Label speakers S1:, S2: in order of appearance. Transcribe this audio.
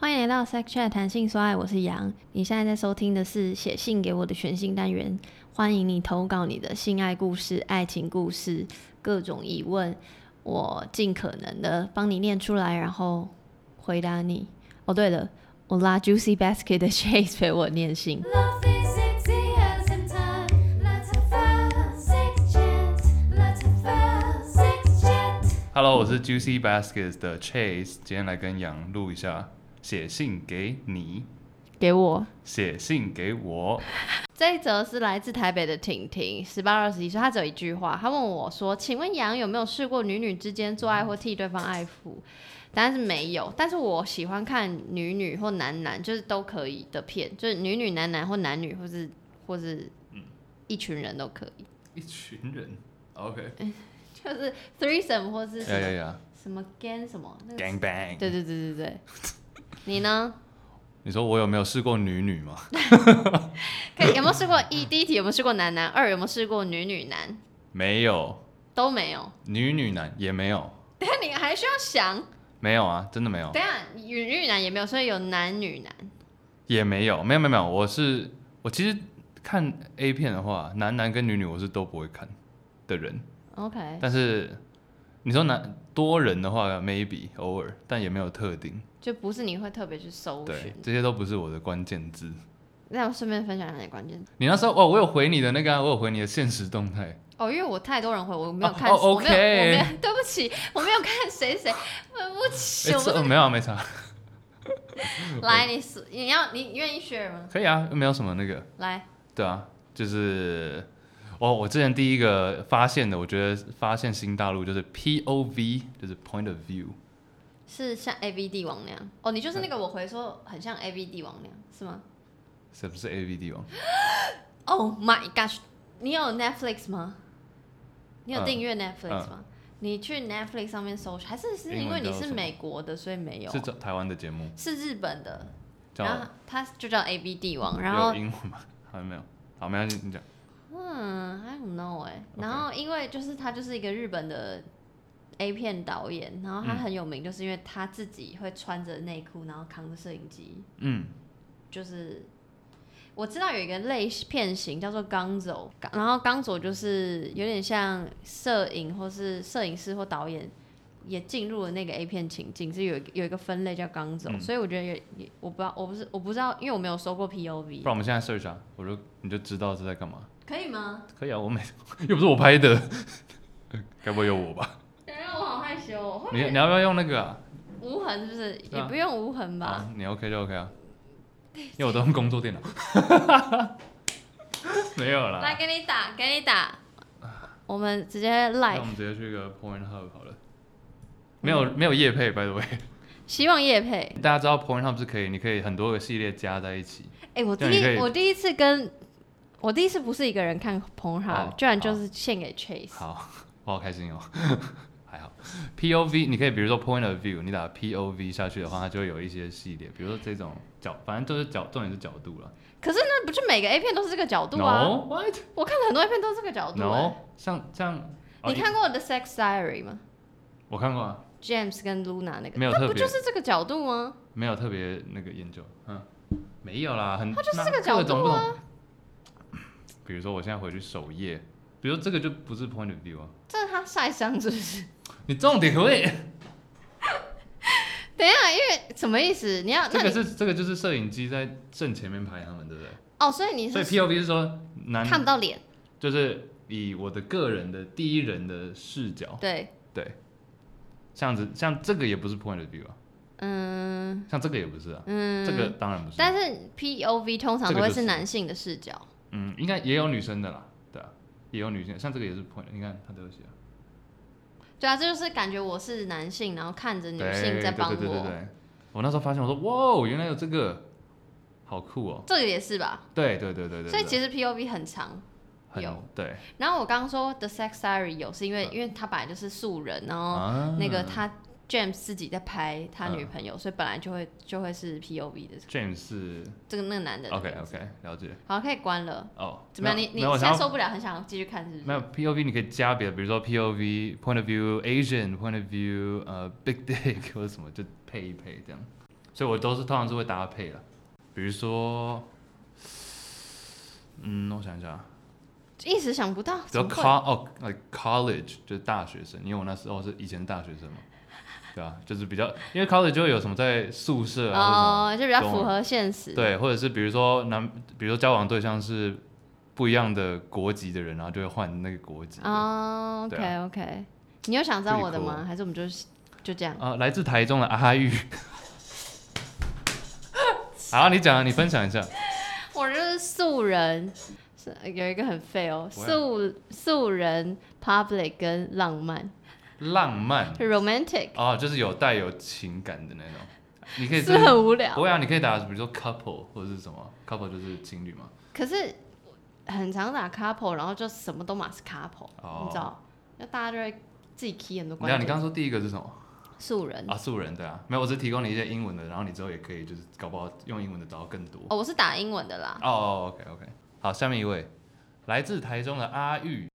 S1: 来到 Sex Chat 弹性说爱，我是杨。你现在在收听的是写信给我的全新单元，欢迎你投稿你的性爱故事、爱情故事、各种疑问，我尽可能的帮你念出来，然后回答你。哦，对了，我拉 Juicy Basket 的 Chase 陪我念信。
S2: Love is sexy as in time. Let's have a sex chat. Let's have a sex chat.
S3: Hello，我是 Juicy Baskets 的 Chase，今天来跟杨录一下，写信给你，
S1: 给我
S3: 写信给我，
S1: 这一则是来自台北的婷婷，十八二十一岁，她只有一句话，她问我说：“请问杨有没有试过女女之间做爱或替对方爱抚？”答案是没有，但是我喜欢看女女或男男，就是都可以的片，就是女女男男或男女，或是或是一群人都可以，
S3: 一群人，OK，
S1: 就是 threesome 或是什
S3: 呀呀
S1: 么
S3: 呀
S1: 什么 gan 什么那个，
S3: 哎，Gang Bang，
S1: 嗯对对对对对，你呢？
S3: 你说我有没有试过女女吗？
S1: 可以有没有试过一第一题有没有试过男男？二有没有试过女女男？
S3: 没有，
S1: 都没有，
S3: 女女男也没有，
S1: 但你还需要想。
S3: 没有啊，真的没有，
S1: 等一下，女女男也没有，所以有男女男。
S3: 也没有，没有没有没有，我是我其实看 A 片的话，男男跟女女我是都不会看的人，
S1: OK，
S3: 但是你说男多人的话，maybe 偶尔，但也没有特定，
S1: 就不是你会特别去搜
S3: 对
S1: 寻，。
S3: 这些都不是我的关键字。
S1: 那我顺便分享一下你的关键字
S3: 你那时候哦，我有回你的那个、啊，我有回你的现实动态。
S1: 哦，因为我太多人回，我没有
S3: 哦
S1: 看，
S3: 哦
S1: 我没有，我没有
S3: OK，
S1: 对不起，我没有看谁谁，对不起，
S3: 诶
S1: 我不
S3: 这哦
S1: 是。
S3: 没有啊没啥，
S1: 来，你是你要你愿意 share 吗？
S3: 可以啊，没有什么那个，
S1: 来，
S3: 对啊，就是哦，我之前第一个发现的，我觉得发现新大陆就是 POV，就是 point of view，
S1: 是像 A V 帝王那样哦，你就是那个我回说很像 A V 帝王那样是吗
S3: 是不是 AV 帝王？
S1: ？Oh my gosh，你有 Netflix 吗？你有
S3: 嗯
S1: 订阅 Netflix
S3: 嗯
S1: 吗？你去 Netflix 上面搜，还是是
S3: 英
S1: 因为
S3: 文
S1: 你
S3: 叫
S1: 是
S3: 什么
S1: 美国的，所以没有啊？
S3: 是这台湾的节目
S1: 是日本的，
S3: 叫
S1: 然后他就叫 A B 帝王，然
S3: 有
S1: 后
S3: 英文吗？好像没有，好没关系，你讲。
S1: 嗯，I don't know 哎、
S3: OK
S1: 然后因为就是他就是一个日本的 A 片导演，然后他
S3: 嗯
S1: 很有名，就是因为他自己会穿着内裤，然后扛着摄影机，
S3: 嗯，
S1: 就是我知道有一个类片型叫做钢走，然后钢走就是有点像摄影或是摄影师或导演。也进入了那个 A 片情境，是有一个有一个分类叫钢走，
S3: 嗯
S1: 所以我觉得也也我不知道，我不是我不知道，因为我没有收过 POV，
S3: 不然我们现在 search 啊，我就你就知道是在干嘛。
S1: 可以吗？
S3: 可以啊，我每 又不是我拍的， 该不会有我吧？
S1: 等一下我好害羞、哦，
S3: 你你要不要用那个啊？
S1: 无痕是不是？也
S3: 对啊
S1: 不用无痕吧？
S3: 啊，你 OK 就 OK 啊，因为我都用工作电脑。 没有
S1: 来
S3: 啦，
S1: 给你打，给你打，
S3: 啊
S1: 我们直接
S3: 那我
S1: live，
S3: 们直接去个 Point Hub 好了。没有
S1: 嗯
S3: 没有夜配，by the way，
S1: 希望叶配。
S3: 大家知道 Point Hub 是可以，你可以很多个系列加在一起。
S1: 哎、我第
S3: 这样也可
S1: 一
S3: 以
S1: 我第一次跟我第一次不是一个人看 p o n h u
S3: 哦
S1: b 居然就是献给 Chase。
S3: 好，我好开心哦， 还好。POV 你可以比如说 Point of View，你打 POV 下去的话，它就会有一些系列，比如说这种角，反正就是角，重点是角度了。
S1: 可是那不是每个 A 片都是这个角度啊
S3: No what
S1: 我看了很多 A 片都是这个角度、哎
S3: no，像像哦
S1: 你看过我的 Sex Diary 吗
S3: 我看过啊，
S1: ？James 跟 Luna 那个，
S3: 没有
S1: 那
S3: 特
S1: 不
S3: 别
S1: 就是这个角度吗？
S3: 没有特别那个研究，嗯，没有啦，很
S1: 它就是
S3: 那
S1: 这个角
S3: 各种
S1: 度
S3: 不
S1: 啊
S3: 同。比如说我现在回去首页，比如说这个就不是 point of view 啊，
S1: 这是他晒伤是不是？
S3: 你重点会，
S1: 啊等一下，因为什么意思？你要
S3: 这
S1: 那
S3: 个
S1: 你
S3: 是这个就是摄影机在正前面拍他们，对不对？
S1: 哦，所以你
S3: 所以
S1: 是
S3: POV 是说男，
S1: 看不到脸，
S3: 就是以我的个人的第一人的视角，
S1: 对，
S3: 对，这样子，像这个也不是 point of view 啊，
S1: 嗯
S3: 像这个也不是啊，
S1: 嗯，
S3: 这个当然不是，
S1: 但是 POV 通常
S3: 这
S1: 都
S3: 个
S1: 会
S3: 就是
S1: 是男性的视角，
S3: 嗯，应该也有女生的啦，对啊，也有女性，像这个也是 point，你看他都有写啊，
S1: 对啊，这就是感觉我是男性，然后看着女性在帮我，
S3: 对对对对对，我那时候发现，我说哇，原来有这个，好酷哦！
S1: 这个也是吧？
S3: 对对对对对，
S1: 所以
S3: 实
S1: 其实 POV 很长。有
S3: 很对
S1: 然后我刚刚说 The Sex Diary 有，是因为
S3: 嗯
S1: 因为他本来就是素人，然后
S3: 啊
S1: 那个他 James 自己在拍他
S3: 嗯
S1: 女朋友，所以本来就会就会是 POV 的
S3: James 是
S1: 这个那个男的。
S3: OK OK 了解
S1: 好，可以关了。
S3: 哦。
S1: 怎么样？
S3: 没
S1: 你
S3: 有
S1: 你
S3: 没有我
S1: 现在
S3: 想
S1: 受
S3: 要
S1: 不了，很想要继续看是不
S3: 没
S1: 是？
S3: 有 POV 你可以加别的，比如说 POV point of view Asian point of view 呃 big dick 或者什么就配一配这样。所以我都是通常是会搭配了，比如说，嗯，我想一下，
S1: 一时想不到，
S3: 比如
S1: 怎么会
S3: co 哦，like college 就是大学生，因为我那时候是以前大学生嘛，对啊，就是比较，因为 college 就会有什么在宿舍啊，
S1: 哦，就比较
S3: 懂
S1: 符合现实。
S3: 或者什么，对，或者是比如说男，比如说交往对象是不一样的国籍的人，然后就会换那个国籍的
S1: 哦
S3: 对
S1: ，OK OK，你有想知道我的
S3: Pretty
S1: 吗？
S3: cool
S1: 还是我们就是就这样？
S3: 啊，来自台中的阿哈玉。 好，你讲啊，你分享一下。
S1: 我就是素人，是呃有一个很废哦，
S3: 不会啊
S1: 素素人 public 跟浪漫
S3: 浪漫
S1: 就 romantic
S3: 哦，就是有带有情感的那种。你可以
S1: 是很无聊
S3: 不，会啊，你可以打，比如说 couple 或者是什么 couple 就是情侣嘛。
S1: 可是很常打 couple，然后就什么都马是 couple，、
S3: 哦
S1: 你知道，就大家就会自己 key 很多
S3: 你看，
S1: 关
S3: 你
S1: 键
S3: 刚刚说第一个是什么
S1: 素人。
S3: 啊？素人对啊，没有，我只提供你一些英文的，然后你之后也可以就是搞不好用英文的找到更多。
S1: 哦，我是打英文的啦。
S3: 哦，OK OK，好，下面一位来自台中的阿玉，